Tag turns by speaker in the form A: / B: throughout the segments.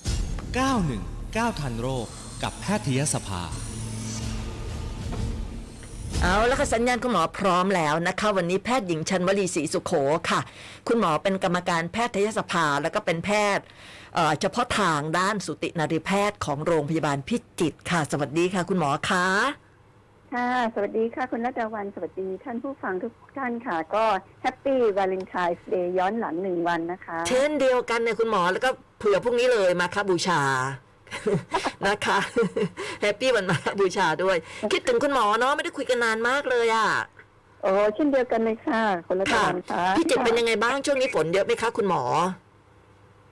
A: 919 ทันโรคกับแพทยสภา
B: เอาละค่ะสัญญาณคุณหมอพร้อมแล้วนะคะ วันนี้แพทย์หญิงชันวลีศรีสุขโขค่ะ คุณหมอเป็นกรรมการแพทยสภาแล้วก็เป็นแพทย์เอ่อเฉพาะทางด้านสุตินารีแพทย์ของโรงพยาบาลพิจิตรค่ะ สวัสดีค่ะ คุณหมอคะ
C: ค่ะ สวัสดีค่ะ คุณรัตวัน สวัสดีท่านผู้ฟังทุกท่านค่ะ ก็แฮปปี้วาเลนไทน์เดย์ย้อนหลังหนึ่งวันนะคะ
B: เช่นเดียวกันเนี่ยคุณหมอแล้วก็เผื่อพรุ่งนี้เลยมาค่ะบูชา นะคะแฮปปี้วันมาค่ะบูชา ด้วย คิดถึงคุณหมอเนาะไม่ได้คุยกันนานมากเลยอะ
C: โอ้เช่นเดียวกันเลยค่ะ คุณรัต
B: ค่ะ
C: วันค่ะ
B: พี่จิตรเป็นยังไงบ้างช่วงนี้ฝนเยอะไหมคะคุณหมอ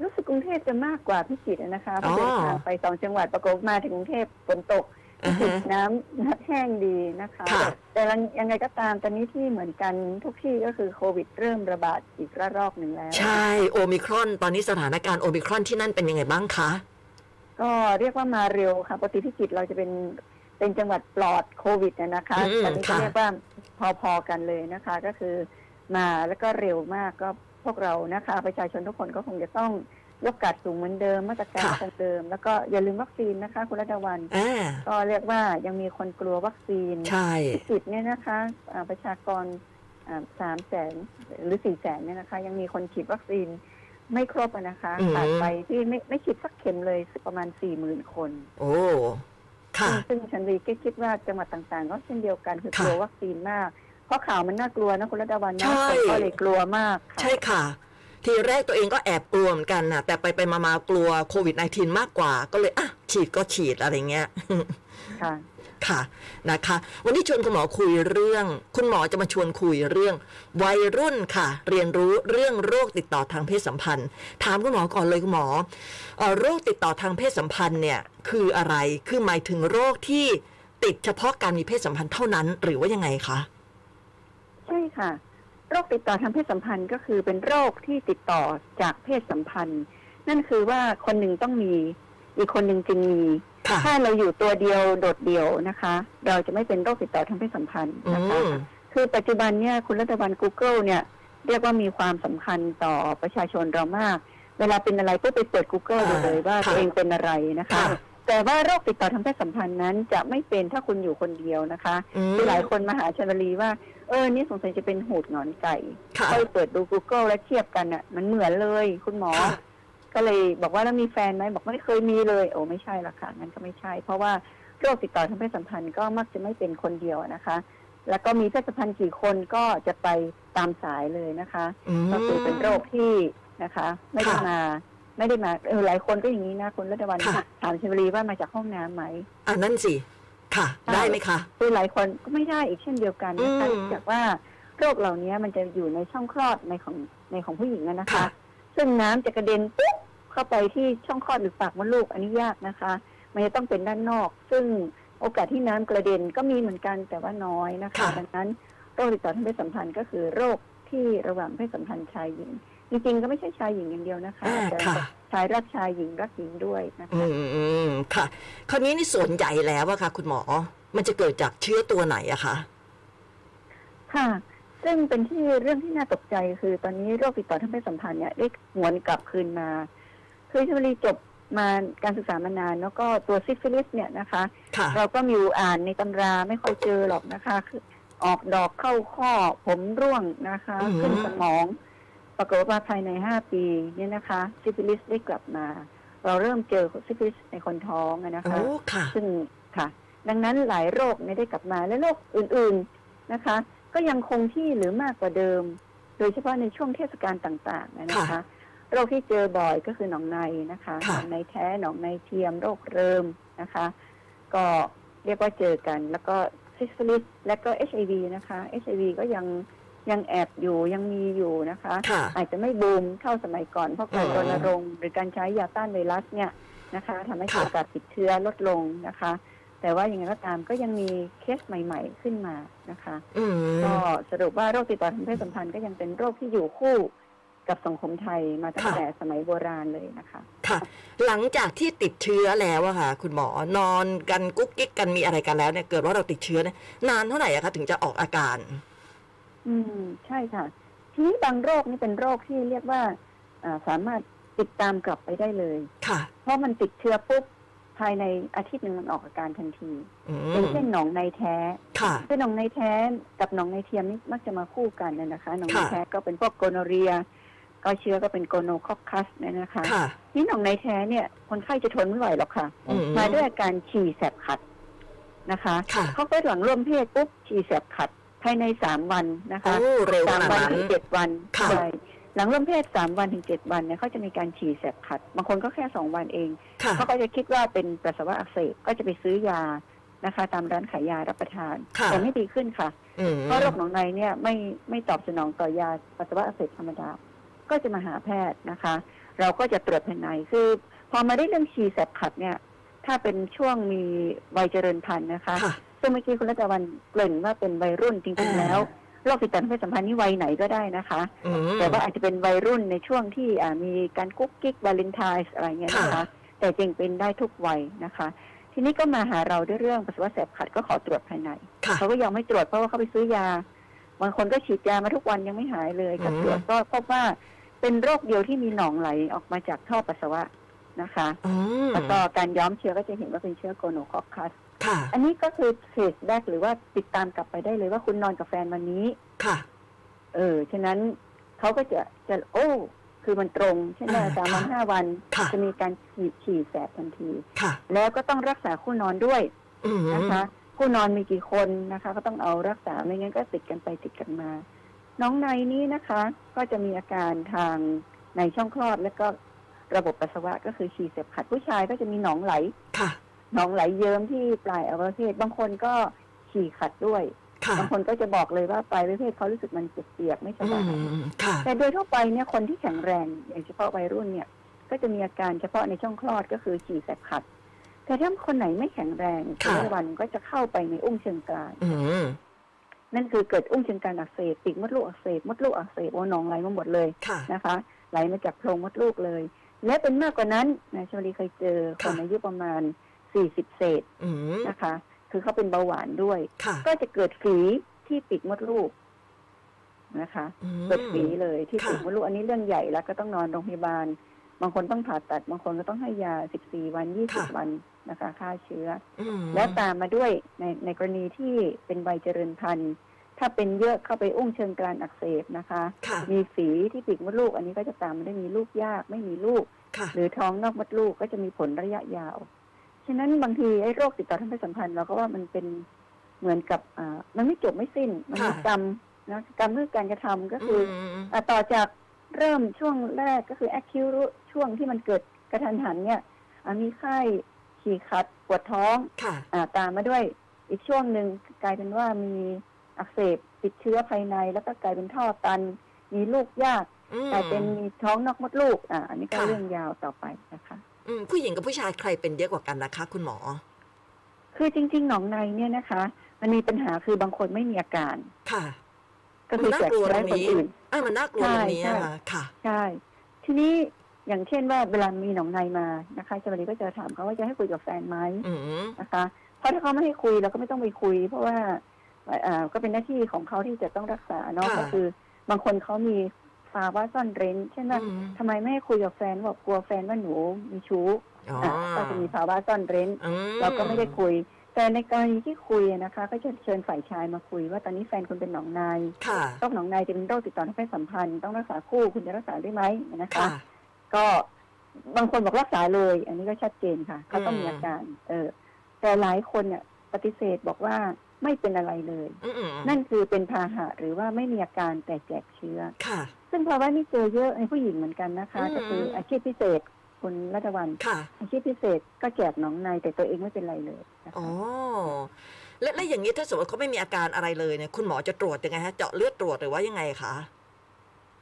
C: รู้สึกกรุงเทพจะมากกว่าพิจิตรนะคะเพ
B: อ๋
C: ราะ
B: อ
C: เดินทางไปสองจังหวัดประกบมาถึงกรุงเทพฝนตก
B: อ่าฮะ
C: น้ำน้ำแห้งดีนะคะ
B: ค่ะ
C: แต่ยังไงก็ตามตอนนี้ที่เหมือนกันทุกที่ก็คือโควิดเริ่มระบาดอีกระลอกหนึ่งแล้ว
B: ใช่ โอมิครอน ตอนนี้สถานการณ์โอมิครอนที่นั่นเป็นยังไงบ้างคะ
C: ก็เรียกว่ามาเร็วค่ะปกติพิจิตรเราจะเป็นเป็นจังหวัดปลอดโควิดนะนะคะ
B: อืม
C: ตอนนี้ก็
B: ค่ะ
C: เรียกว่าพอๆกันเลยนะคะ ก็คือมาแล้วก็เร็วมากก็พวกเรานะคะ ประชาชนทุกคนก็คงจะต้องยกการสูงเหมือนเดิมมาตรการคงเดิม แล้วก็อย่าลืมวัคซีนนะคะ คุณรัตวัน
B: อ่า
C: ก็เรียกว่ายังมีคนกลัววัคซีน
B: ใช่
C: พิจิตรเนี่ยนะคะอ่าประชากรสามแสนหรือสี่แสนเนี่ยนะคะ ยังมีคนฉีดวัคซีนไม่ครบอะนะคะ
B: อืม
C: ขาดไปที่ไม่ไม่ฉีดสักเข็มเลยประมาณสี่หมื่นคน
B: โอ้ ค่ะ
C: ซึ่งฉันดีก็คิดว่าจังหวัดต่างๆ ก็เช่นเดียวกันคือ
B: ค่ะ
C: กลัววัคซีนมาก เพราะข่าวมันน่ากลัวนะคุณรัตวันนะ
B: ใช่
C: คนก็เลยกลัวมากค่ะ
B: ใช่ค่ะ ทีแรกตัวเองก็แอบกลัวเหมือนกันนะแต่ไปไปมามาๆกลัวโควิด -19 มากกว่า ก็เลยอ่ะฉีดก็ฉีดอะไรเงี้ย
C: ค่ะ
B: ค่ะนะคะ วันนี้ชวนคุณหมอคุยเรื่อง คุณหมอจะมาชวนคุยเรื่อง วัยรุ่นค่ะ เรียนรู้เรื่องโรคติดต่อทางเพศสัมพันธ์ ถามคุณหมอก่อนเลยคุณหมอเออโรคติดต่อทางเพศสัมพันธ์เนี่ยคืออะไรคือหมายถึงโรคที่ติดเฉพาะการมีเพศสัมพันธ์เท่านั้นหรือว่ายังไงคะ
C: ใช่ค่ะ โรคติดต่อทางเพศสัมพันธ์ก็คือเป็นโรคที่ติดต่อจากเพศสัมพันธ์ นั่นคือว่าคนหนึ่งต้องมี อีกคนหนึ่งจึงมี
B: ค่ะ
C: ถ้าเราอยู่ตัวเดียวโดดเดี่ยวนะคะ เราจะไม่เป็นโรคติดต่อทางเพศสัมพันธ์
B: อื
C: นะคะ
B: ม
C: คือปัจจุบันเนี่ยคุณรัตวัน Google เนี่ยเรียกว่ามีความสำคัญต่อประชาชนเรามาก เวลาเป็นอะไรก็ไปเปิด Google ดูเลยว่าตัวเองเป็นอะไรนะคะ
B: ค่ะ
C: แต่ว่าโรคติดต่อทางเพศสัมพันธ์นั้นจะไม่เป็นถ้าคุณอยู่คนเดียวนะคะ
B: อืม
C: คือหลายคนมาหาชันวลีว่าเออนี่สงสัยจะเป็นหูดหงอนไก่
B: ค่ะ
C: ค่อยเปิดดู Google แล้วเทียบกันอ่ะมันเหมือนเลยคุณหมอ
B: ค่ะ
C: ก็เลยบอกว่าแล้วมีแฟนไหมบอกไม่เคยมีเลย โอ้ไม่ใช่ละค่ะงั้นก็ไม่ใช่ เพราะว่าโรคติดต่อทางเพศสัมพันธ์ก็มักจะไม่เป็นคนเดียวนะคะ แล้วก็มีเพศสัมพันธ์กี่คนก็จะไปตามสายเลยนะคะ
B: อืม
C: ก็คือเป็นโรคที่นะคะ ไม่ได้
B: ค่ะ
C: มา ไม่ได้มาเออหลายคนก็อย่างนี้นะคุณรัตวัน
B: ค่ะ
C: ถามชวลีว่ามาจากห้องน้ำไหม
B: อันนั่นสิค่ะ ได้ไหมคะ
C: คือหลายคนก็ไม่ได้อีกเช่นเดียวกันนะคะ
B: อืม
C: เนื่องจากว่าโรคเหล่านี้มันจะอยู่ในช่องคลอดในของในของผู้หญิงอะนะคะ
B: ค่ะ
C: ซึ่งน้ำจะกระเด็นปุ๊บเข้าไปที่ช่องคลอดหรือปากมดลูกอันนี้ยากนะคะ มันจะต้องเป็นด้านนอก ซึ่งโอกาสที่น้ำกระเด็นก็มีเหมือนกันแต่ว่าน้อยนะคะ
B: ค่ะ
C: ดังนั้นโรคติดต่อทางเพศสัมพันธ์ก็คือโรคที่ระหว่างเพศสัมพันธ์ชายหญิง จริงๆก็ไม่ใช่ชายหญิงอย่างเดียวนะคะ
B: อ่า
C: แต่
B: ค่ะ
C: ชายรักชายหญิงรักหญิงด้วยนะคะ
B: อืมอืมค่ะ คราวนี้นี่ส่วนใหญ่แล้วอะค่ะ คุณหมอ มันจะเกิดจากเชื้อตัวไหนอะคะ
C: ค่ะ ซึ่งเป็นที่เรื่องที่น่าตกใจคือตอนนี้โรคติดต่อทางเพศสัมพันธ์เนี่ยได้หวนกลับคืนมา คือชลบุรีจบมาการศึกษามานาน แล้วก็ตัวซิฟิลิสเนี่ยนะคะ
B: ค่ะ
C: เราก็มีอ่านในตำราไม่ค่อยเจอหรอกนะคะคือออกดอกเข้าข้อผมร่วงนะคะ
B: อือหือ
C: ขึ้นสมอง ปรากฏว่าภายในห้าปีเนี่ยนะคะซิฟิลิสได้กลับมา เราเริ่มเจอซิฟิลิสในคนท้องอะนะ
B: โอ้
C: คะ
B: ค่ะ
C: ซึ่งค่ะ ดังนั้นหลายโรคไม่ยได้กลับมาและโรคอื่นๆนะคะ ก็ยังคงที่หรือมากกว่าเดิม โดยเฉพาะในช่วงเทศกาลต่างๆนะคะ
B: ค่ะ
C: โรคที่เจอบ่อยก็คือหนองในนะคะหน
B: ค่ะ
C: องในแท้หนองในเทียมโรคเริมนะคะ ก็เรียกว่าเจอกัน แล้วก็ซิสลิสและก็ HIV นะคะ HIV ก็ยังยังแอบอยู่ยังมีอยู่นะคะ
B: ค่ะ
C: อาจจะไม่บูมเท่าสมัยก่อนเพราะการ
B: อืม
C: รณรงค์หรือการใช้ยาต้านไวรัสเนี่ยนะคะทำให้
B: ค่ะ
C: โอกาสติดเชื้อลดลงนะคะ แต่ว่าอย่างไรก็ตามก็ยังมีเคสใหม่ ๆ ขึ้นมานะคะ
B: อืม
C: ก็สรุปว่าโรคติดต่อทางเพศสัมพันธ์ก็ยังเป็นโรคที่อยู่คู่กับสังคมไทยมาตั้ง
B: ค่ะ
C: แต่สมัยโบราณเลยนะคะ
B: ค่ะ หลังจากที่ติดเชื้อแล้วอะค่ะ คุณหมอนอนกันกุ๊กกิ๊กกันมีอะไรกันแล้วเนี่ยเกิดว่าเราติดเชื้อเนี่ยนานเท่าไหร่อะคะถึงจะออกอาการ
C: อืมใช่ค่ะ ทีนี้บางโรคนี่เป็นโรคที่เรียกว่าอ่าสามารถ ติดตามกลับไปได้เลย
B: ค่ะ
C: เพราะมันติดเชื้อปุ๊บภายในอาทิตย์หนึ่งมันออกอาการทันที
B: อื
C: เป็น
B: ม
C: เช่นหนองในแท้
B: ค่ะ
C: เช่นหนองในแท้กับหนองในเทียมนี่มักจะมาคู่กันนะนะคะหนองใน
B: ค่ะ
C: แท้ก็เป็นพวกโกโนเรีย ก็เชื้อก็เป็นโกโนคอคคัสเนี่ยนะคะ
B: ค่ะ
C: นี่หนองในแท้เนี่ยคนไข้จะทนไม่ไหวหรอกค่ะ
B: อืม
C: มาด้วยอาการฉี่แสบขัดนะคะ
B: ค่ะ
C: เขาก็หลังร่วมเพศปุ๊บฉี่แสบขัดภายในสามวันนะคะ
B: โอ้เร็ว
C: สา
B: ขนาด
C: มวัน
B: นั้น
C: ถึงเจ็ดวัน
B: ค่ะ
C: ใช่หลังร่วมเพศสามวันถึงเจ็ดวันเนี่ยเขาจะมีการฉี่แสบขัด บางคนก็แค่สองวันเอง
B: ค่ะ
C: เขาก็จะคิดว่าเป็นปัสสาวะอักเสบก็จะไปซื้อยานะคะ ตามร้านขายยารับประทาน
B: ค่ะ
C: แต่ไม่ดีขึ้นค่ะ
B: อืม
C: เพราะโรคหนองในเนี่ยไม่ไม่ตอบสนองต่อยาปัสสาวะอักเสบธรรมดา ก็จะมาหาแพทย์นะคะ เราก็จะตรวจภายในคือ พอมาได้เรื่องฉี่แสบขัดเนี่ย ถ้าเป็นช่วงมีวัยเจริญพันธุ์นะคะ
B: ค่ะ
C: ซึ่งเมื่อกี้คุณรัตวันเกริ่นว่าเป็นวัยรุ่นจริงๆ แล้วโรคติดต่อทางเพศสัมพันธ์นี่วัยไหนก็ได้นะคะ
B: อืม
C: แต่ว่าอาจจะเป็นวัยรุ่นในช่วงที่อ่ามีการกุ๊กกิ๊กวาเลนไทน์อะไรเงี้ย
B: ค่ะ
C: นะคะ แต่จริงเป็นได้ทุกวัยนะคะ ทีนี้ก็มาหาเราด้วยเรื่องปัสสาวะแสบขัดก็ขอตรวจภายใน
B: ค่ะ
C: เขาก็ยังไม่ตรวจเพราะว่าเขาไปซื้อยาบางคนก็ฉีดยามาทุกวันยังไม่หายเลยก็ตรวจก็พบว่าเป็นโรคเดียวที่มีหนองไหลออกมาจากท่อปัสสาวะนะคะ
B: อืม
C: แล้วก็การย้อมเชื้อก็จะเห็นว่าเป็นเชื้อโกโนคอคคัส
B: ค่ะ
C: อันนี้ก็คือเฟสแรกหรือว่าติดตามกลับไปได้เลยว่าคุณนอนกับแฟนวันนี้
B: ค่ะ
C: เออ ฉะนั้นเขาก็จะจะโอ้ คือมันตรงเช่นว่า
B: อ่า
C: สามวัน
B: ค่ะ
C: ห้าวัน
B: ค่ะ
C: จะมีการฉีดฉี่แสบทันที
B: ค่ะ
C: แล้วก็ต้องรักษาคู่นอนด้วย
B: อืม
C: นะคะคู่นอนมีกี่คนนะคะ ก็ต้องเอารักษาไม่งั้นก็ติดกันไปติดกันมา น้องในนี้นะคะ ก็จะมีอาการทางในช่องคลอด แล้วก็ระบบปัสสาวะก็คือฉี่แสบขัดผู้ชายก็จะมีหนองไหล
B: ค่ะ
C: หนองไหลเยิ้มที่ปลายอวัยวะเพศบางคนก็ฉี่ขัดด้วย
B: ค่ะ
C: บางคนก็จะบอกเลยว่าปลายอวัยวะเพศเขารู้สึกมันเปียกๆไม่ส
B: อื
C: บาย
B: มค่ะ
C: แต่โดยทั่วไปเนี่ยคนที่แข็งแรงอย่างเฉพาะวัยรุ่นเนี่ย ก็จะมีอาการเฉพาะในช่องคลอดก็คือฉี่แสบขัด แต่ถ้าคนไหนไม่แข็งแรง
B: ค่ะ
C: ในวันก็จะเข้าไปในอุ้งเชิงกราน
B: อืม
C: นั่นคือเกิดอุ้งเชิงกรานอักเสบปีกมดลูกอักเสบมดลูกอักเสบโอ้หนองไหลมาหมดเลย
B: ค่ะ
C: นะคะไหลมาจากโพรงมดลูกเลย และเป็นมากกว่านั้นนะชวลีเคยเจอคน
B: ค่ะ
C: อายุประมาณ 40 เศษ
B: อืม
C: นะคะ คือเขาเป็นเบาหวานด้วย
B: ค่ะ
C: ก็จะเกิดฝีที่ปิดมดลูกนะคะ
B: อืม
C: เกิดฝีเลยที่ปิด
B: ค่ะ
C: มดลูกอันนี้เรื่องใหญ่แล้วก็ต้องนอนโรงพยาบาล บางคนต้องผ่าตัด บางคนก็ต้องให้ยา 14 วัน 20 วันนะคะฆ่าเชื้อ
B: อืม
C: แล้วตามมาด้วยในในกรณีที่เป็นวัยเจริญพันธุ์ ถ้าเป็นเยอะเข้าไปอุ้งเชิงกรานอักเสบนะคะ
B: ค่ะ
C: มีฝีที่ปีกมดลูกอันนี้ก็จะตามมาได้มีลูกยากไม่มีลูก
B: ค่ะ
C: หรือท้องนอกมดลูกก็จะมีผลระยะยาว ฉะนั้นบางทีไอ้โรคติดต่อทางเพศสัมพันธ์เราก็ว่ามันเป็นเหมือนกับอ่ามันไม่จบไม่สิ้น มันมี
B: ค่ะ
C: กรรมนะกรรมคือการกระทำก็
B: อื
C: คือ
B: ม
C: ออ่าต่อจากเริ่มช่วงแรกก็คือแอคคิวช่วงที่มันเกิดกระทันหันเนี่ยอ่ามีไข้ขี่ขัดปวดท้อง
B: ค่ะ
C: อ่าตามมาด้วยอีกช่วงหนึ่งกลายเป็นว่ามีอักเสบติดเชื้อภายใน แล้วก็กลายเป็นท่อตัน มีลูกยาก
B: อืม
C: กลายเป็นมีท้องนอกมดลูกอ่าอันนี้ก็
B: ค่ะ
C: เรื่องยาวต่อไปนะคะ
B: อืมผู้หญิงกับผู้ชายใครเป็นเยอะกว่ากันนะคะ คุณหมอ
C: คือจริง ๆ หนองในเนี่ยนะคะ มันมีปัญหาคือบางคนไม่มีอาการ
B: ค่ะ
C: ก็คือ
B: มัน
C: แจ
B: น่าก กลัว
C: เชื้อ
B: ต
C: ให้
B: รง
C: คน
B: นี้
C: อื่น
B: อ่ะมันน่ากลัว
C: ใช่
B: ตรงนี้นะคะ
C: ใช่
B: ค่ะ
C: ใช่ ทีนี้อย่างเช่นว่าเวลามีหนองในมานะคะชาวลีก็จะถามเขาว่าจะให้คุยกับแฟนไหม
B: อืม
C: นะคะเพราะถ้าเขาไม่ให้คุยเราก็ไม่ต้องไปคุย เพราะว่าเอ่อก็เป็นหน้าที่ของเขาที่จะต้องรักษาเนาะ
B: ค่ะ
C: ก็คือบางคนเขามีภาวะซ่อนเร้นเช่นว่า
B: อืม
C: ทำไมไม่ให้คุยกับแฟนบอกกลัวแฟนว่าหนูมีชู้
B: อ๋อ
C: อ่ะก็จะมีภาวะซ่อนเร้น
B: อื
C: เราก็ไม่ได้คุย แต่ในกรณีที่คุยนะคะ ก็จะเชิญฝ่ายชายมาคุย ว่าตอนนี้แฟนคุณเป็นหนองใน
B: ค่ะ
C: โรคหนองในจะเป็นโรคติดต่อทางเพศสัมพันธ์ต้องรักษาคู่คุณจะรักษาได้ไหมนะคะ
B: ค่ะ
C: ก็บางคนบอกรักษาเลย อันนี้ก็ชัดเจนค่ะเขาต้องมีอาการ เออ แต่หลายคนเนี่ยปฏิเสธบอกว่าไม่เป็นอะไรเลย
B: อืม
C: นั่นคือเป็นพาหะหรือว่าไม่มีอาการแต่แจกเชื้อ
B: ค่ะ
C: ซึ่งภาวะนี้เจอเยอะในผู้หญิงเหมือนกันนะคะ
B: อืม
C: ก็คืออาชีพพิเศษคุณรัตวัน
B: ค่ะ
C: อาชีพพิเศษก็แจกหนองในแต่ตัวเองไม่เป็นไรเลยนะคะ
B: อ๋อ และและอย่างนี้ถ้าสมมติเขาไม่มีอาการอะไรเลยเนี่ย คุณหมอจะตรวจยังไงฮะ เจาะเลือดตรวจหรือว่ายังไงคะ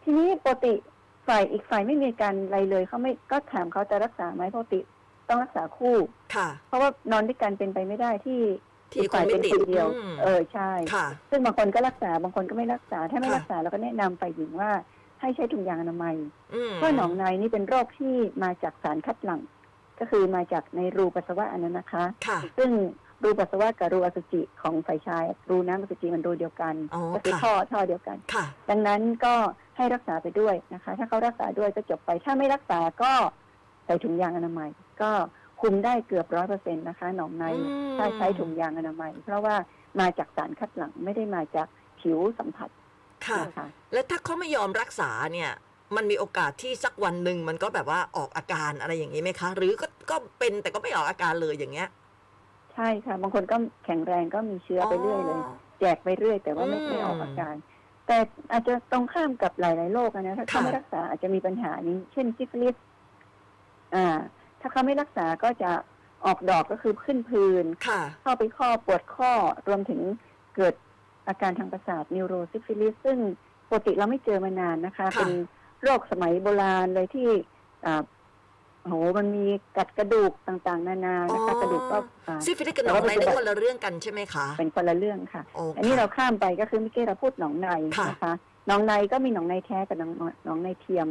C: ทีนี้ปกติฝ่ายอีกฝ่ายไม่มีอาการอะไรเลยเขาไม่ก็ถามเขาจะรักษาไหมปกติต้องรักษาคู่
B: ค่ะ
C: เพราะว่านอนด้วยกันเป็นไปไม่ได้ที่
B: ที่
C: อีกฝ่าย
B: ค
C: เป็น
B: นไม่ติด
C: คนเดียว
B: อืม
C: เออใช่
B: ค่ะ
C: ซึ่งบางคนก็รักษาบางคนก็ไม่รักษา ถ้าไม่
B: ค่ะ
C: รักษาเราก็แนะนำฝ่ายหญิงว่าให้ใช้ถุงยางอนามัย
B: อืม
C: เพราะหนองในนี่เป็นโรคที่มาจากสารคัดหลั่งก็คือมาจากในรูปัสสาวะอันนั้นนะคะ
B: ค่ะ
C: ซึ่งรูปัสสาวะกับรูอสุจิของฝ่ายชาย รูน้ำอสุจิมันรูเดียวกัน
B: อ๋อ
C: ก็คือ
B: ค่ะ
C: ท่อท่อเดียวกัน
B: ค่ะ
C: ดังนั้นก็ ให้รักษาไปด้วยนะคะ ถ้าเขารักษาด้วยก็จบไป ถ้าไม่รักษาก็ใส่ถุงยางอนามัย ก็คุมได้เกือบร้อยเปอร์เซ็นต์นะคะ หนองใน
B: อืม
C: ถ้าใช้ถุงยางอนามัย เพราะว่ามาจากสารคัดหลั่งไม่ได้มาจากผิวสัมผัส
B: ค่ะ
C: นะคะ
B: แล้วถ้าเขาไม่ยอมรักษาเนี่ย มันมีโอกาสที่สักวันหนึ่งมันก็แบบว่าออกอาการอะไรอย่างนี้ไหมคะ หรือก็ก็เป็นแต่ก็ไม่ออกอาการเลยอย่างเงี้ย
C: ใช่ค่ะ บางคนก็แข็งแรงก็มีเชื้อไปเรื่อยเลย แจกไปเรื่อย แต่ว่าไม่ไม่ออกอาการ แต่อาจจะตรงข้ามกับหลาย ๆ โรคอะนะถ้าเขาไม่รักษาอาจจะมีปัญหานี้ เช่นซิฟิลิสอ่า ถ้าเขาไม่รักษาก็จะออกดอกก็คือขึ้นพื้น
B: ค่ะ
C: เข้าไปข้อปวดข้อรวมถึงเกิดอาการทางประสาทนิวโรซิฟิลิสซึ่งปกติเราไม่เจอมานานนะคะ
B: ค่ะ
C: เป็นโรคสมัยโบราณเลยที่อ่าโหมันมีกัดกระดูกต่างๆ นานานะคะกระดูกก็อ่า
B: ซิฟิลิสกับหนองในได้คนละเรื่องกันใช่ไหมคะ
C: เป็นคนละเรื่องค่ะ
B: โอ
C: อันนี้
B: ค่ะ
C: เราข้ามไปก็คือเมื่อกี้เราพูดหนองใน
B: ค่ะ
C: นะคะ หนองในก็มีหนองในแท้กับหนองหนองในเทียม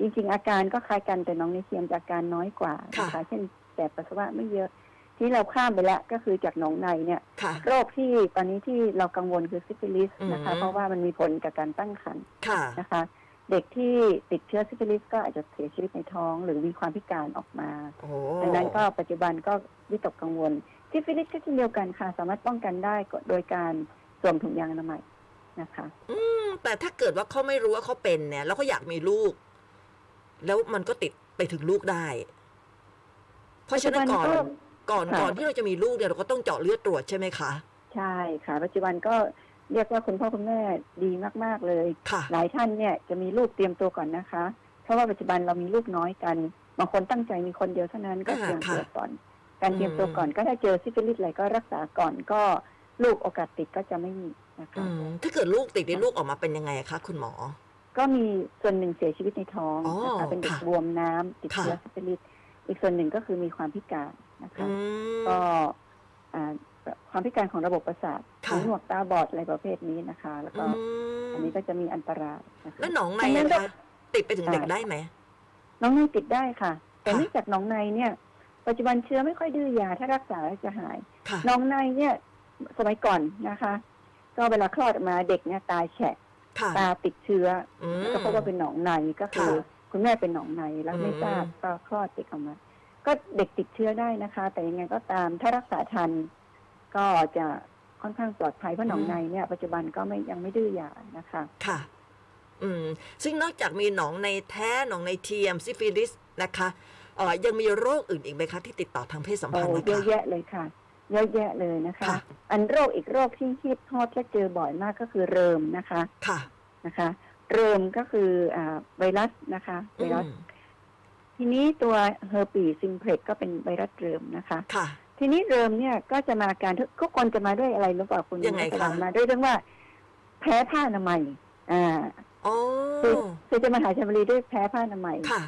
C: จริงๆ อาการก็คล้ายกันแต่หนองในเทียมจะอาการน้อยกว่านะ
B: ค่ะ
C: คะ เช่นแสบปัสสาวะไม่เยอะ ที่เราข้ามไปแล้วก็คือจากหนองในเนี่ย
B: ค่ะ
C: โรคที่ตอนนี้ที่เรากังวลคือซิฟิลิสนะคะ
B: อืม
C: เพราะว่ามันมีผลกับการตั้งครรภ์
B: ค่ะ
C: นะคะ เด็กที่ติดเชื้อซิฟิลิสก็อาจจะเสียชีวิตในท้อง หรือมีความพิการออกมา
B: โอ้โห
C: ดังนั้นก็ปัจจุบันก็วิตกกังวลซิฟิลิสก็เช่นเดียวกันค่ะ สามารถป้องกันได้ก็โดยการสวมถุงยางอนามัยนะคะ
B: แต่ถ้าเกิดว่าเขาไม่รู้ว่าเขาเป็นเนี่ย แล้วก็อยากมีลูก แล้วมันก็ติดไปถึงลูกได้ เพราะฉะนั้นก่อน
C: ปัจจุบันก็
B: ก่อน
C: ค่ะ
B: ก่อนที่เราจะมีลูกเนี่ยเราก็ต้องเจาะเลือดตรวจใช่ไหมคะ
C: ใช่ค่ะ ปัจจุบันก็เรียกว่าคุณพ่อคุณแม่ดีมาก ๆ เลย
B: ค่ะ
C: หลายท่านเนี่ยจะมีลูกเตรียมตัวก่อนนะคะ เพราะว่าปัจจุบันเรามีลูกน้อยกันบางคนตั้งใจมีคนเดียวเท่านั้นก็
B: อ่า
C: เตรียมตัว
B: ค่ะ
C: ก่อน การเตรียมตัวก่อน
B: อืม
C: ก็ถ้าเจอซิฟิลิสอะไรก็รักษาก่อนก็ลูกโอกาสติดก็จะไม่มีนะคะ
B: อืมถ้าเกิดลูกติดในลูกออกมาเป็นยังไงคะคุณหมอ
C: ก็มีส่วนหนึ่งเสียชีวิตในท้อง
B: อ๋อ
C: นะคะเป็นเด็ก
B: ค่ะ
C: บวมน้ำติดเชื้อ
B: ค่ะ
C: ซิฟิลิสอีกส่วนหนึ่งก็คือมีความพิการนะคะ
B: อืม
C: ก็อ่าความพิการของระบบประสาท
B: ค่ะ
C: หูหนวกตาบอดอะไรประเภทนี้นะคะ แล้วก็
B: ม
C: อันนี้ก็จะมีอันตรายนะคะ
B: แล้วหนองใน
C: ดังนั้น
B: นะ
C: ก็
B: คะติดไปถึงเด็กได้ไหม
C: น้องในติดได้ค่ะ แต่
B: ค่ะ
C: เนื่องจากน้องในเนี่ย ปัจจุบันเชื้อไม่ค่อยดื้อยาถ้ารักษาจะหาย
B: ค่ะ
C: น้องในเนี่ยสมัยก่อนนะคะ ก็เวลาคลอดออกมาเด็กเนี่ยตาแฉะ
B: ค่ะ
C: ตาติดเชื้อ
B: อืม
C: ก็พบว่าเป็นหนองในก็คื
B: ค่
C: อ
B: ะ
C: คุณแม่เป็นหนองในแล้วไม่
B: อืม
C: ทราบก็คลอดเด็กออกมา ก็เด็กติดเชื้อได้นะคะ แต่ยังไงก็ตามถ้ารักษาทัน ก็จะค่อนข้างปลอดภัยเพราะหนองในเนี่ย ปัจจุบันก็ไม่ยังไม่ดื้อยานะคะ
B: ค่ะ อืม ซึ่งนอกจากมีหนองในแท้หนองในเทียมซิฟิลิสนะคะเอ่อยังมีโรคอื่นอีกไหมคะ ที่ติดต่อทางเพศสัมพันธ์
C: โอ้
B: นะ
C: เยอะ
B: คะ
C: แยะเลยค่ะ เยอะแยะเลยนะคะ
B: ค่ะ
C: อันโรคอีกโรคที่ฮิตฮอตและเจอบ่อยมากก็คือเริมนะคะ
B: ค่ะ
C: นะคะ เริมก็คืออ่าไวรัสนะคะไว
B: อื
C: รัส
B: ม
C: ทีนี้ตัวเฮอร์ปีซิมเพล็กก็เป็นไวรัสเริมนะคะ
B: ค่ะ
C: ทีนี้เริมเนี่ยก็จะมาอาการทุกทุกคนจะมาด้วยอะไรรู้เปล่าคุณ
B: ยังไงคะ
C: รัฐบาลมาด้วยเรื่องว่า แพ้ผ้าอนามัยอ่า
B: โอ้
C: คือจะมาหาชันบุรีด้วยแพ้ผ้าอนามัย
B: ค่ะ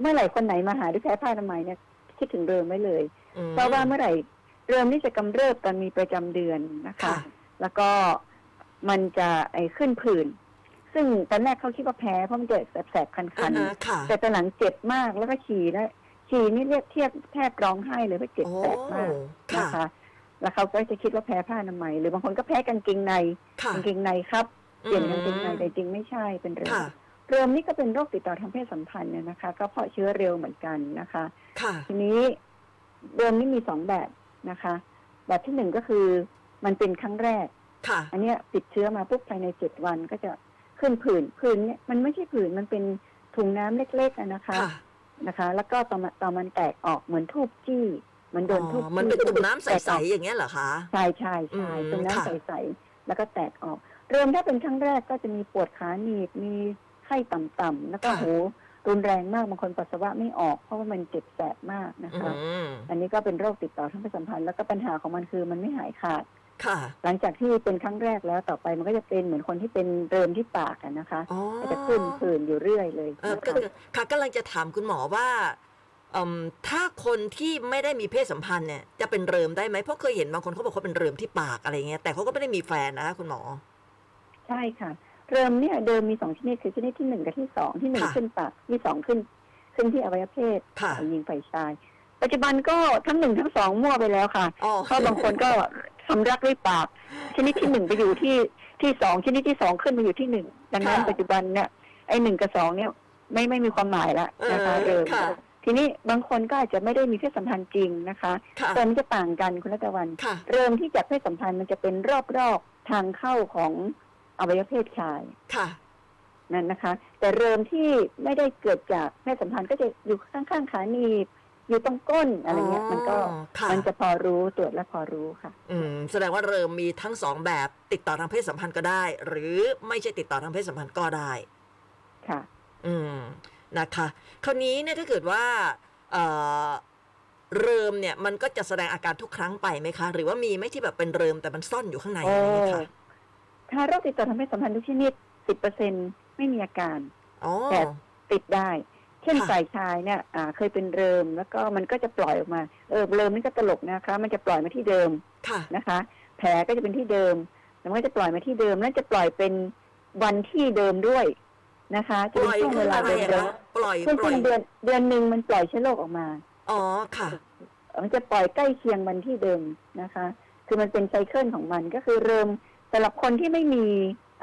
C: เมื่อไหร่คนไหนมาหาด้วยแพ้ผ้าอนามัยเนี่ยคิดถึงเริมไว้เลย
B: อืม
C: เพราะว่าเมื่อไหร่เริมนี่จะกำเริบตอนมีประจำเดือนนะคะ
B: ค่ะ
C: แล้วก็มันจะไอ้ขึ้นผื่นซึ่งตอนแรกเขาคิดว่าแพ้เพราะมันเกิดแสบๆคั
B: อ่าน ฮะค่ะ
C: ๆแต่ตอนหลังเจ็บมากแล้วก็ฉี่แล้วฉี่นี่เรียกเทียบแทบร้องไห้เลยเพราะเจ็บ
B: โอ้
C: แสบมาก
B: ค่ะ
C: นะคะแล้วเขาก็จะคิดว่าแพ้ผ้าอนามัยหรือบางคนก็แพ้กางเกงใน
B: ค่ะ
C: กางเกงในครับเปลี่ยนกางเกงใน
B: อืม
C: แต่จริงไม่ใช่เป็นเริม
B: ค่ะ
C: เริมนี่ก็เป็นโรคติดต่อทางเพศสัมพันธ์เนี่ยนะคะ ก็เพราะเชื้อเร็วเหมือนกันนะคะ
B: ค่ะ
C: ทีนี้เริมนี่มีสองแบบนะคะ แบบที่หนึ่งก็คือมันเป็นครั้งแรก
B: ค่ะ
C: อันเนี้ยติดเชื้อมาปุ๊บภายในเจ็ดวันก็จะขึ้นผื่นผื่นเนี่ยมันไม่ใช่ผื่นมันเป็นถุงน้ำเล็กๆอะนะคะ
B: ค่ะ
C: นะคะ แล้วก็ตอนมันตอนมันแตกออกเหมือนทูบจี้เหมือนโดนทูบ
B: อ๋อ
C: จี้
B: มันเป็นตุ่มน้ำใ
C: แก
B: ส
C: ออก
B: ๆ อย่างเงี้ยเหรอคะ
C: ใช่ใช่ใช่
B: อืม
C: ตรงนั้น
B: ค่ะ
C: ใสๆแล้วก็แตกออก เริ่มถ้าเป็นครั้งแรกก็จะมีปวดขาหนีบมีไข้ต่ำๆแล้วก็โหรุนแรงมากบางคนปัสสาวะไม่ออก เพราะว่ามันเจ็บแสบมากนะ
B: อื
C: คะ
B: ม
C: อันนี้ก็เป็นโรคติดต่อทางเพศสัมพันธ์แล้วก็ปัญหาของมันคือมันไม่หายขาด
B: ค่ะ
C: หลังจากที่เป็นครั้งแรกแล้วต่อไปมันก็จะเป็นเหมือนคนที่เป็นเริมที่ปากอะนะคะ
B: อ๋อ
C: ก็จะขึ้นผื่นอยู่เรื่อยเลย
B: เอ่อ
C: นะคะ
B: ก็ก็ค่ะกำลังจะถามคุณหมอว่าอืมถ้าคนที่ไม่ได้มีเพศสัมพันธ์เนี่ยจะเป็นเริมได้ไหมเพราะเคยเห็นบางคนเขาบอกเขาเป็นเริมที่ปากอะไรเงี้ยแต่เขาก็ไม่ได้มีแฟนนะคะคุณหมอ
C: ใช่ค่ะ เริมเนี่ยเดิมมีสองชนิดคือชนิดที่หนึ่งกับที่สองที่หนึ่ง
B: ค่ะ
C: ขึ้นปากที่สองขึ้น ขึ้นที่อวัยวะเพศ
B: ค่ะ
C: ฝ่ายหญิงฝ่ายชาย ปัจจุบันก็ทั้งหนึ่งทั้งสองมั่วไปแล้วค่ะ
B: อ๋อ
C: เพราะบางคนก็สำรักด้วยปาก ชนิดที่หนึ่งไปอยู่ที่ที่สองชนิดที่สองขึ้นมาอยู่ที่หนึ่งดังนั้นปัจจุบันเนี่ย ไอ้หนึ่งกับสองเนี่ยไม่ไม่มีความหมายละนะคะ
B: เอ
C: เอ
B: อ
C: อ
B: ค่ะ
C: ทีนี้บางคนก็อาจจะไม่ได้มีเพศสัมพันธ์จริงนะคะ
B: ค่ะ
C: ตอนนี้จะต่างกันคุณรัตวัน
B: ค่ะ
C: เริ่มที่จะเพศสัมพันธ์มันจะเป็นรอบๆทางเข้าของอวัยวะเพศชาย
B: ค่ะ
C: นั่นนะคะ แต่เริ่มที่ไม่ได้เกิดจากเพศสัมพันธ์ก็จะอยู่ข้างๆขาหนีบอยู่ตรงก้นอะไรเงี้ยมันก็
B: อ๋อค่ะ
C: มันจะพอรู้ตรวจและพอรู้ค่ะ
B: อืมแสดงว่าเริ่มมีทั้งสองแบบติดต่อทางเพศสัมพันธ์ก็ได้ หรือไม่ใช่ติดต่อทางเพศสัมพันธ์ก็ได้
C: ค่ะ
B: อืมนะคะ คราวนี้เนี่ยถ้าเกิดว่าเอ่อเริมเนี่ยมันก็จะแสดงอาการทุกครั้งไปไหมคะ หรือว่ามีไหมที่แบบเป็นเริมแต่มันซ่อนอยู่ข้างในอะไรอย่างเงี้ยค่ะ
C: ถ้าโรคติดต่อทางเพศสัมพันธ์ทุกชนิด 10%ไม่มีอาการ
B: อ๋อ
C: แต่ติดได้ เช่น
B: ค่ะ
C: ฝ่ายชายเนี่ยอ่าเคยเป็นเริมแล้วก็มันก็จะปล่อยออกมา เออเริมนี่ก็ตลกนะคะ มันจะปล่อยมาที่เดิม
B: ค่ะ
C: นะคะ แผลก็จะเป็นที่เดิม แล้วมันก็จะปล่อยมาที่เดิม แล้วจะปล่อยเป็นวันที่เดิมด้วยนะคะจะ
B: ปล่อ
C: เป็น
B: ย
C: ช่วง
B: คื
C: เว
B: อ
C: ลา
B: อะไร
C: เดิ
B: อะ
C: มเดิม
B: คะปล่อย
C: ช่วง
B: ปล่อย
C: เดือนเดือนหนึ่งมันปล่อยเชื้อโรคออกมา
B: อ๋อค่ะ
C: มันจะปล่อยใกล้เคียงวันที่เดิมนะคะ คือมันเป็นไซเคิลของมันก็คือเริ่มสำหรับคนที่ไม่มี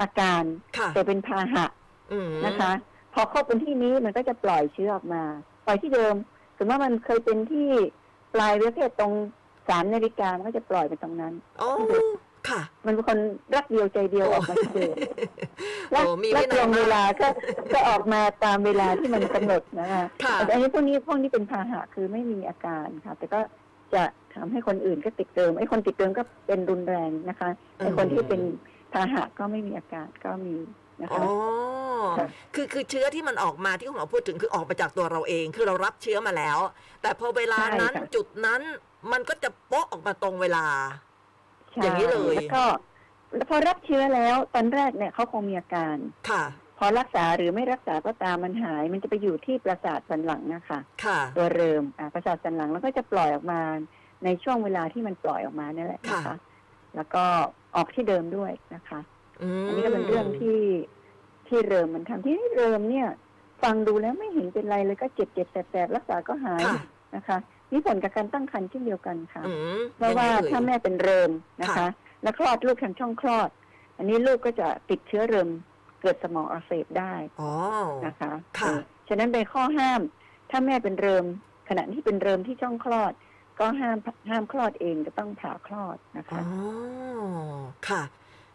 C: อาการ
B: ค่ะ
C: แต่เป็นพาหะ
B: อืม
C: นะคะ พอเข้าเป็นที่นี้มันก็จะปล่อยเชื้อออกมา ปล่อยที่เดิมสมมติว่ามันเคยเป็นที่ปลายเวทเพศตรงสามนาฬิกามันก็จะปล่อยไปตรงนั้น
B: อ๋อค่ะ
C: มันเป็นคนรักเดียวใจเดียวออกมาเจอ
B: โอ้
C: รัก
B: มีวิ
C: รั
B: นั
C: ตร
B: ย
C: ง
B: มาก
C: เวลาก็ก็ออกมาตามเวลาที่มันกำหนดนะคะ
B: ค่ะ
C: แต่อันนี้พวกนี้พวกนี้เป็นพาหะคือไม่มีอาการค่ะ แต่ก็จะทำให้คนอื่นก็ติดเติมไอ้คนติดเติมก็เป็นรุนแรงนะคะไอ้คนที่เป็นพาหะก็ไม่มีอาการก็มีนะ
B: อ๋
C: คะ
B: อ คือคือเชื้อที่มันออกมาที่คุณหมอพูดถึงคือออกมาจากตัวเราเอง คือเรารับเชื้อมาแล้ว แต่พอเวลานั้น
C: ใช่ค่ะ
B: จุดนั้นมันก็จะโป๊ะออกมาตรงเวลา
C: ใช่
B: อย่างนี้เลย
C: แล้วก็พอรับเชื้อแล้วตอนแรกเนี่ยเขาคงมีอาการ
B: ค่ะ
C: พอรักษาหรือไม่รักษาก็ตามมันหาย มันจะไปอยู่ที่ประสาทสันหลังนะคะ
B: ค่ะ
C: ตัวเริมอ่ะประสาทสันหลังแล้วก็จะปล่อยออกมาในช่วงเวลาที่มันปล่อยออกมาเนี่ยแหละนะ
B: ค่ะ
C: คะ แล้วก็ออกที่เดิมด้วยนะคะ
B: อืม
C: อันนี้ก็เป็นเรื่องที่ที่เริมมันทำที่เริมเนี่ย ฟังดูแล้วไม่เห็นเป็นไรเลยก็เจ็บเจ็บแสบแสบรักษาก็หาย
B: ค่ะ
C: นะคะนี่ผลกับการตั้งครรภ์เช่นเดียวกันค่ะ
B: อืม
C: เพราะว่า
B: ยังไงเอ่ย
C: ถ้าแม่เป็นเริมนะคะ
B: ค่ะ
C: และคลอดลูกทางช่องคลอด อันนี้ลูกก็จะติดเชื้อเริมเกิดสมองอักเสบได้
B: อ๋อ
C: นะคะ
B: ค่ะ
C: เออฉะนั้นเป็นข้อห้าม ถ้าแม่เป็นเริม ขณะที่เป็นเริมที่ช่องคลอด ก็ห้ามห้ามคลอดเองจะต้องผ่าคลอดนะ
B: อ๋
C: คะ
B: อ ค่ะ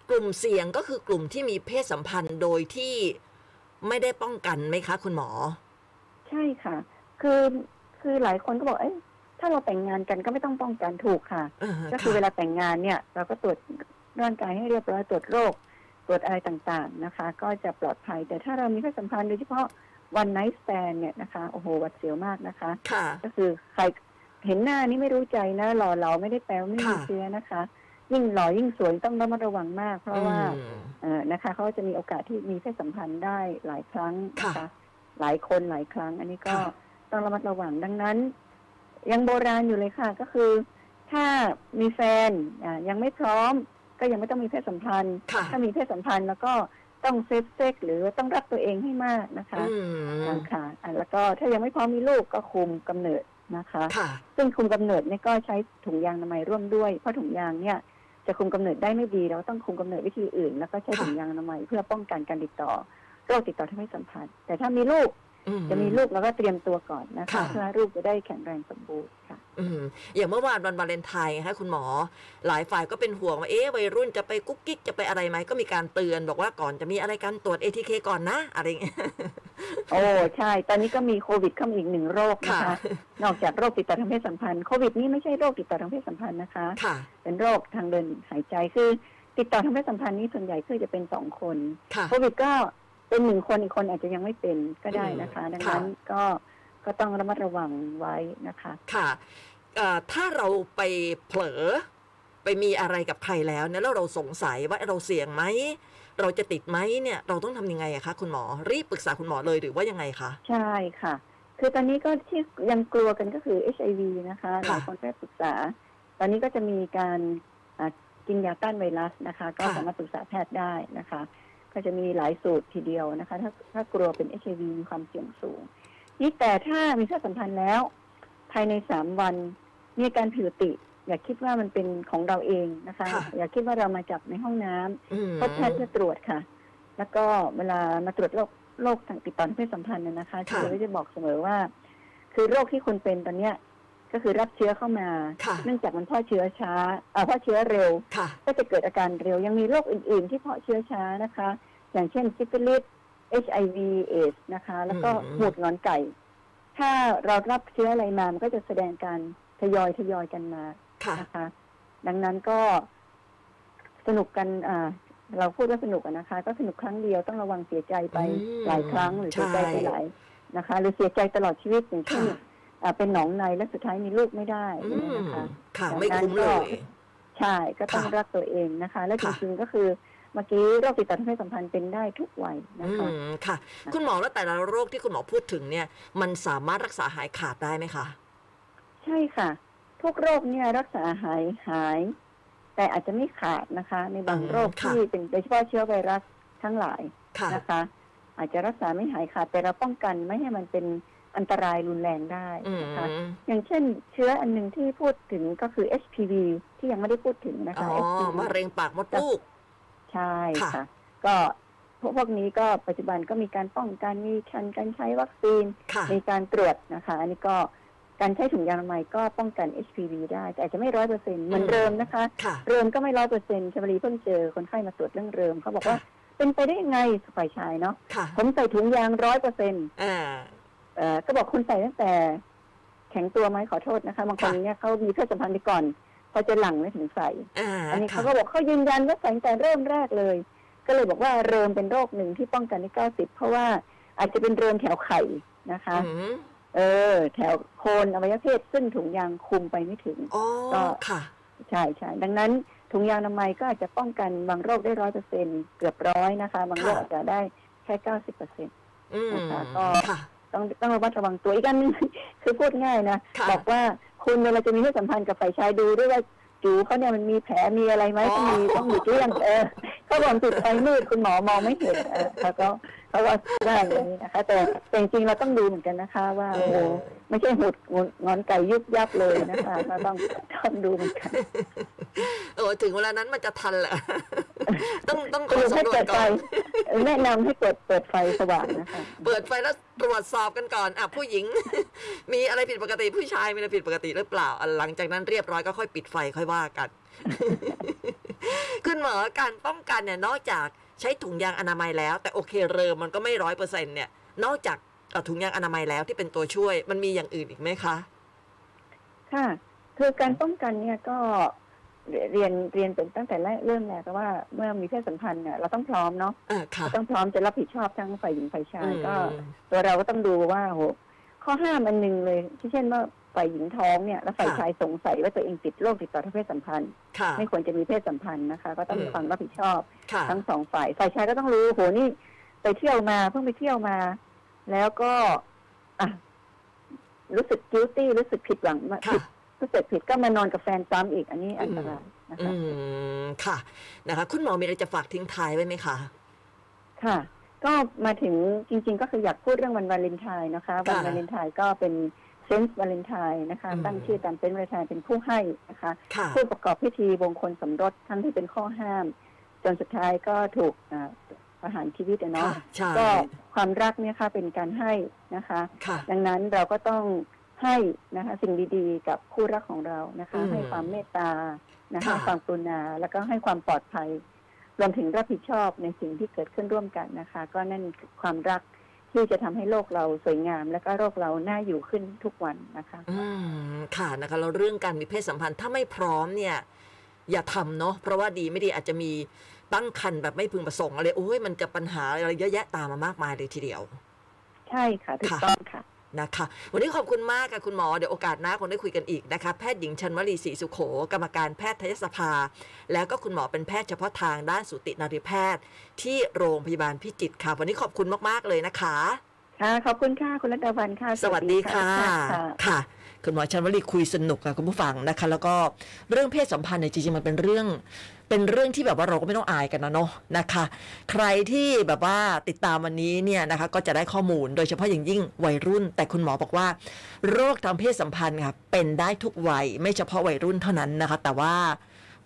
B: กลุ่มเสี่ยงก็คือกลุ่มที่มีเพศสัมพันธ์โดยที่ไม่ได้ป้องกันไหมคะ คุณหมอ
C: ใช่ค่ะ คือคือหลายคนก็บอก เอ้ยถ้าเราแต่งงานกันก็ไม่ต้องป้องกันถูกค่ะ
B: เออ
C: ก็คือเว
B: ะ
C: ลาแต่งงานเนี่ย เราก็ตรวจร่างกายให้เรียบร้อยตรวจโรค ตรวจอะไรต่างๆนะคะ ก็จะปลอดภัย แต่ถ้าเรามีเพศสัมพันธ์โดยเฉพาะวันไนท์แ a นเนี่ยนะคะโอ้โหหวัดเสียวมากนะคะ
B: ค่ะ
C: ก็คือใครเห็นหน้านี่ไม่รู้ใจนะหล่อเราไม่ได้แปลว่าไม่มี
B: ค่ะ
C: เชื้อนะคะ ยิ่งหล่อยิ่งสวยต้องระมัดระวังมาก เพราะว่า
B: อืม
C: เอ่อนะคะเขาจะมีโอกาสที่มีเพศสัมพันธ์ได้หลายครั้งนะ
B: ค่ะ
C: คะ หลายคนหลายครั้ง อันนี้ก็
B: ค่ะ
C: ต้องระมัดระวังดังนั้น ยังโบราณอยู่เลยค่ะก็คือ ถ้ามีแฟนอ่ะยังไม่พร้อม ก็ยังไม่ต้องมีเพศสัมพันธ์
B: ค่ะ
C: ถ้ามีเพศสัมพันธ์แล้วก็ต้องเซฟเซ็กซ์หรือว่าต้องรักตัวเองให้มากนะคะ
B: อืม
C: ค่ะอ่ะแล้วก็ถ้ายังไม่พร้อมมีลูกก็คุมกำเนิดนะคะ
B: ค่ะ
C: ซึ่งคุมกำเนิดเนี่ยก็ใช้ถุงยางอนามัยร่วมด้วย เพราะถุงยางเนี่ยจะคุมกำเนิดได้ไม่ดี เราก็ต้องคุมกำเนิดวิธีอื่น แล้วก็ใช้
B: ค่ะ
C: ถุงยางอนามัยเพื่อป้องกันการติดต่อโรคติดต่อทางเพศสัมพันธ์ แต่ถ้ามีลูก
B: อื
C: จะมีลูกแล้วก็เตรียมตัวก่อนนะคะ
B: ค่ะ
C: เพื่อให้ลูกจะได้แข็งแรงสมบูรณ์ค่ะ
B: อืมอย่างเมื่อวานวันวาเลนไทน์นะคะคุณหมอ หลายฝ่ายก็เป็นห่วงว่าเอ๊ะวัยรุ่นจะไปกุ๊กกิ๊กจะไปอะไรไหมก็มีการเตือนบอกว่าก่อนจะมีอะไรกันตรวจ ATK ก่อนนะอะไรอย่างเงี้ย
C: โอ้ใช่ ตอนนี้ก็มีโควิดเข้ามาอีกหนึ่งโรคนะ
B: ค่ะ
C: คะ นอกจากโรคติดต่อทางเพศสัมพันธ์โควิดนี่ไม่ใช่โรคติดต่อทางเพศสัมพันธ์นะคะ
B: ค่ะ
C: เป็นโรคทางเดินหายใจคือ ติดต่อทางเพศสัมพันธ์นี้ส่วนใหญ่คือจะเป็นสองคน
B: ค่ะ
C: โควิดก็เป็นหนึ่งคนอีกคนอาจจะยังไม่เป็นก็ได้นะคะ
B: อืม
C: ดัง
B: ค่ะ
C: นั้นก็ก็ต้องระมัดระวังไว้นะคะ
B: ค่ะเอ่อถ้าเราไปเผลอไปมีอะไรกับใครแล้วเนี่ยแล้วเราสงสัยว่าเราเสี่ยงไหม เราจะติดไหมเนี่ยเราต้องทำยังไงอะคะคุณหมอ รีบปรึกษาคุณหมอเลยหรือว่ายังไงคะ
C: ใช่ค่ะ คือตอนนี้ก็ที่ยังกลัวกันก็คือ HIV นะคะห
B: ค่ะ
C: ลายคนได้ปรึกษา ตอนนี้ก็จะมีการอ่ะกินยาต้านไวรัสนะคะ ก็
B: ค่ะ
C: สามารถปรึกษาแพทย์ได้นะคะ ก็จะมีหลายสูตรทีเดียวนะคะ ถ้าถ้ากลัวเป็น HIV มีความเสี่ยงสูง นี่แต่ถ้ามีเพศสัมพันธ์แล้ว ภายในสามวัน มีอาการผิดปกติ อย่าคิดว่ามันเป็นของเราเองนะคะ
B: ค่ะ
C: อย่าคิดว่าเรามาจากในห้องน้ำ
B: อืม
C: พบแพทย์เพื่อตรวจค่ะ แล้วก็เวลามาตรวจโรค โรคทางติดต่อทางเพศสัมพันธ์นะนะคะ
B: ค่ะ
C: ที่เราจะบอกเสมอว่า คือโรคที่คนเป็นตอนเนี้ยก็คือรับเชื้อเข้ามา
B: ค่ะ
C: เนื่องจากมันเพาะเชื้อช้าเอ่อเพาะเชื้อเร็ว
B: ค่ะ
C: ก็จะเกิดอาการเร็วยังมีโรคอื่น ๆ ที่เพาะเชื้อช้านะคะ อย่างเช่นซิฟิลิส HIV เอดส์นะคะ แล้วก็
B: อืม
C: หมูดหงอนไก่ ถ้าเรารับเชื้ออะไรมา มันก็จะแสดงการทยอยทยอยกันมา
B: ค่ะ
C: นะคะ ดังนั้นก็สนุกกันอ่าเราพูดว่าสนุกอะนะคะ ก็สนุกครั้งเดียวต้องระวังเสียใจไป
B: อืม
C: หลายครั้งหรือเสียใจไป
B: ใช่
C: หลายนะคะ หรือเสียใจตลอดชีวิตอย่างเช่น
B: ค่ะ
C: อ่าเป็นหนองในและสุดท้ายมีลูกไม่ได้
B: อื
C: อย่างเงี้ย
B: ม
C: นะคะ
B: ค่ะ
C: ดัง
B: ไม่
C: นั้น
B: คุ้มเลย
C: ก็ ใช่ก็ต้อง
B: ค่ะ
C: รักตัวเองนะคะ และจ
B: ค่ะ
C: ริงๆก็คือเมื่อกี้โรคติดต่อทางเพศสัมพันธ์เป็นได้ทุกวัยนะ
B: อื
C: คะ
B: มค่ะ คุณหมอแล้วแต่ละโรคที่คุณหมอพูดถึงเนี่ย มันสามารถรักษาหายขาดได้ไหมคะ
C: ใช่ค่ะ ทุกโรคเนี่ยรักษาหายหาย แต่อาจจะไม่ขาดนะคะ ในบาง
B: อืม
C: โรค
B: ค่ะ
C: ที่เป็นโดยเฉพาะเชื้อไวรัสทั้งหลาย
B: ค่ะ
C: นะคะ อาจจะรักษาไม่หายขาดแต่เราป้องกันไม่ให้มันเป็นอันตรายรุนแรงได้
B: อืม
C: นะคะ อย่างเช่น เชื้ออันหนึ่งที่พูดถึงก็คือ HPV ที่ยังไม่ได้พูดถึงนะ
B: อ๋
C: คะ
B: อ
C: HPV
B: มะเร็งปากมดลูก
C: ใช่
B: ค่ะ
C: ค่ะ ก็พวกพวกนี้ก็ปัจจุบันก็มีการป้องกันมีชันการใช้วัคซีน
B: ค่ะ
C: มีการตรวจนะคะ อันนี้ก็การใช้ถุงยางอนามัยก็ป้องกัน HPV ได้ แต่อาจจะไม่ร้อยเปอร์เซ็นต์เหมือนเริมนะคะ
B: ค่ะ
C: เริมก็ไม่ร้อยเปอร์เซ็นต์ชวลีเพิ่งเจอคนไข้มาตรวจเรื่องเริมเขาบอกว่า
B: ค่ะ
C: เป็นไปได้ยังไงฝ่ายชายเนาะ
B: ค่ะ
C: ผมใส่ถุงยางร้อยเปอร์เซ็นต์
B: อ่า
C: ก็บอกคุณใส่ตั้งแต่ แข็งตัวไหมขอโทษนะคะบางคน
B: ค่ะ
C: เนี่ยเขามีเพศสัมพันธ์ไปก่อนพอจะหลังไม่ถึงใส่
B: อ่า
C: อันนี้
B: ค่ะ
C: เขาก็บอกเขายืนยันว่าตั้งแต่เริ่มแรกเลย ก็เลยบอกว่าเริมเป็นโรคหนึ่งที่ป้องกันได้เก้าสิบเพราะว่าอาจจะเป็นเริมแถวไข่นะคะ
B: อืม
C: เออ แถวโคนอวัยวะเพศซึ่งถุงยางคุมไปไม่ถึง
B: อ๋อ
C: ก็
B: ค่ะ
C: ใช่ใช่ดังนั้นถุงยางอนามัยก็อาจจะป้องกันบางโรคได้ร้อยเปอร์เซ็นเกือบร้อยนะคะ บางโรค
B: ค่ะ
C: อาจจะได้แค่เก้าสิบเปอร์เซ็น
B: อืม
C: นะคะก็
B: ค่ะ
C: ต้องต้องระมัดระวังตัวอีกอันหนึง คือพูดง่ายนะ
B: ค่ะ
C: บอกว่าคุณเวลาจะมีเพศสัมพันธ์กับฝ่ายชายดูด้วยว่าจูเขาเนี่ยมันมีแผลมีอะไรไหมต้องมีต้องหลีกเลี่ยงเออเขาบอกจุดไฟมืดคุณหมอมองไม่เห็นเออเขาก็เขาว่าได้อย่างนี้นะคะ แต่แต่จริงๆเราต้องดูเหมือนกันนะคะว่าโอ้โหไม่ใช่หุดงอนไก่ยุบยับเลยนะคะเราต้องต้องดูเหมือนกัน
B: เออ ถึงเวลานั้นมันจะทันแหละ ต้องต้องข
C: คืออให้
B: สำรว
C: เปิ
B: จ
C: ด
B: ก่
C: ไฟ
B: อน
C: แนะนำให้เปิดเปิดไฟสว่างนะคะ
B: เปิดไฟแล้วตรวจสอบกันก่อนอ่ะผู้หญิง มีอะไรผิดปกติผู้ชายมีอะไรผิดปกติหรือเปล่าอ่ะหลังจากนั้นเรียบร้อยก็ค่อยปิดไฟค่อยว่ากัน คุณหมอการป้องกันเนี่ยนอกจากใช้ถุงยางอนามัยแล้ว แต่โอเคเริมมันก็ไม่ร้อยเปอร์เซ็นต์เนี่ยนอกจากเอ่อถุงยางอนามัยแล้วที่เป็นตัวช่วยมันมีอย่างอื่นอีกไหมคะ
C: ค่ะคือการป้องกันเนี่ยก็เรียนเรียนเรียนเป็นตั้งแต่แรกเริ่มแรกว่าเมื่อมีเพศสัมพันธ์เนี่ยเราต้องพร้อมเนาะ
B: เออค่ะ
C: ต้องพร้อมจะรับผิดชอบทั้งฝ่ายหญิงฝ่ายชายก็
B: อืม
C: ตัวเราก็ต้องดูว่าโหข้อห้ามอันหนึ่งเลยที่เช่นว่าฝ่ายหญิงท้องเนี่ยแล้วฝ่าย
B: ค่ะ
C: ชายสงสัยว่าตัวเองติดโรคติดต่อทางเพศสัมพันธ์
B: ค่ะ
C: ไม่ควรจะมีเพศสัมพันธ์นะคะ ก็ต้องมี
B: อืม
C: ความรับผิดชอบ
B: ค่ะ
C: ทั้งสองฝ่าย ฝ่ายชายก็ต้องรู้โหนี่ ไปเที่ยวมาเพิ่งไปเที่ยวมา แล้วก็ อ่ะ รู้สึก guilty รู้สึกผิดหวังมา
B: ค่ะ
C: ผิดรู้สึกผิดก็มานอนกับแฟนซ้ำอีก อันนี้อันตรายนะ
B: อื
C: คะ
B: มค่ะนะคะ คุณหมอมีอะไรจะฝากทิ้งท้ายไว้ไหมคะ
C: ค่ะ ก็มาถึงจริง ๆ ก็คืออยากพูดเรื่องวันวาเลนไทน์นะคะ วันวาเลนไทน์ก็เป็นเซนส์วาเลนไทน์นะคะ
B: อืม
C: ตั้งชื่อตามเซนส์วาเลนไทน์เป็นผู้ให้นะคะ
B: ค่ะ
C: ผู้ประกอบพิธีมงคลสมรสทั้งที่เป็นข้อห้าม จนสุดท้ายก็ถูกอ่าประหารชีวิตอะ
B: ค่ะ
C: เนาะ
B: ใช่
C: ก็ความรักเนี่ยค่ะเป็นการให้นะคะ
B: ค่ะ
C: ดังนั้นเราก็ต้องให้นะคะสิ่งดีๆ กับคู่รักของเรานะคะ
B: อืม
C: ให้ความเมตตานะคะ
B: ค่ะ
C: ความกรุณาแล้วก็ให้ความปลอดภัย รวมถึงรับผิดชอบในสิ่งที่เกิดขึ้นร่วมกันนะคะ ก็นั่นคือความรักที่จะทำให้โลกเราสวยงาม และก็โลกเราน่าอยู่ขึ้นทุกวันนะคะ
B: อืมค่ะนะคะแล้วเรื่องการมีเพศสัมพันธ์ถ้าไม่พร้อมเนี่ย อย่าทำเนาะเพราะว่าดีไม่ดีอาจจะมีตั้งครรภ์แบบไม่พึงประสงค์อะไรโอ้ยมันจะปัญหาอะไรเยอะแยะตามมามากมายเลยทีเดียว
C: ใช่ค่ะถูก
B: ค่ะ
C: ต้องค่ะ
B: นะคะ วันนี้ขอบคุณมากค่ะคุณหมอ เดี๋ยวโอกาสหน้าคงได้คุยกันอีกนะคะ แพทย์หญิงชันวลีศรีสุโข กรรมการแพทยสภา แล้วก็คุณหมอเป็นแพทย์เฉพาะทางด้านสูตินารีแพทย์ ที่โรงพยาบาลพิจิตรค่ะ วันนี้ขอบคุณมากๆเลยนะคะ
C: ค่ะ ขอบคุณค่ะ คุณรัตดาวันค่ะ
B: สวัสดีค่ะ
C: สวัสดีค่ะ
B: ค่ะ คุณหมอชันวลีคุยสนุกค่ะคุณผู้ฟังนะคะ แล้วก็เรื่องเพศสัมพันธ์เนี่ยจริงๆมันเป็นเรื่อง เป็นเรื่องที่แบบว่าเราก็ไม่ต้องอายกันนะเนาะนะคะ ใครที่แบบว่าติดตามวันนี้เนี่ยนะคะก็จะได้ข้อมูลโดยเฉพาะอย่างยิ่งวัยรุ่น แต่คุณหมอบอกว่า โรคทางเพศสัมพันธ์ค่ะเป็นได้ทุกวัยไม่เฉพาะวัยรุ่นเท่านั้นนะคะ แต่ว่า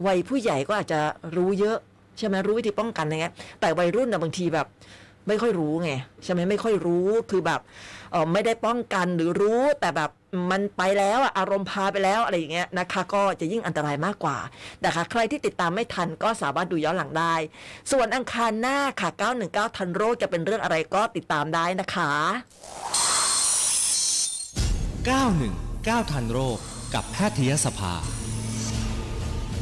B: วัยผู้ใหญ่ก็อาจจะรู้เยอะ ใช่ไหมรู้วิธีป้องกันอะไรเงี้ยแต่วัยรุ่นนะบางทีแบบ ไม่ค่อยรู้ไงใช่ไหมไม่ค่อยรู้คือแบบเออไม่ได้ป้องกันหรือรู้แต่แบบมันไปแล้วอะอารมณ์พาไปแล้วอะไรอย่างเงี้ยนะคะ ก็จะยิ่งอันตรายมากกว่านะคะใครที่ติดตามไม่ทันก็สามารถดูย้อนหลังได้ ส่วนอังคารหน้าค่ะ 919 ทันโรคจะเป็นเรื่องอะไรก็ติดตามได้นะคะ
A: 919ทันโรคกับแพทยสภา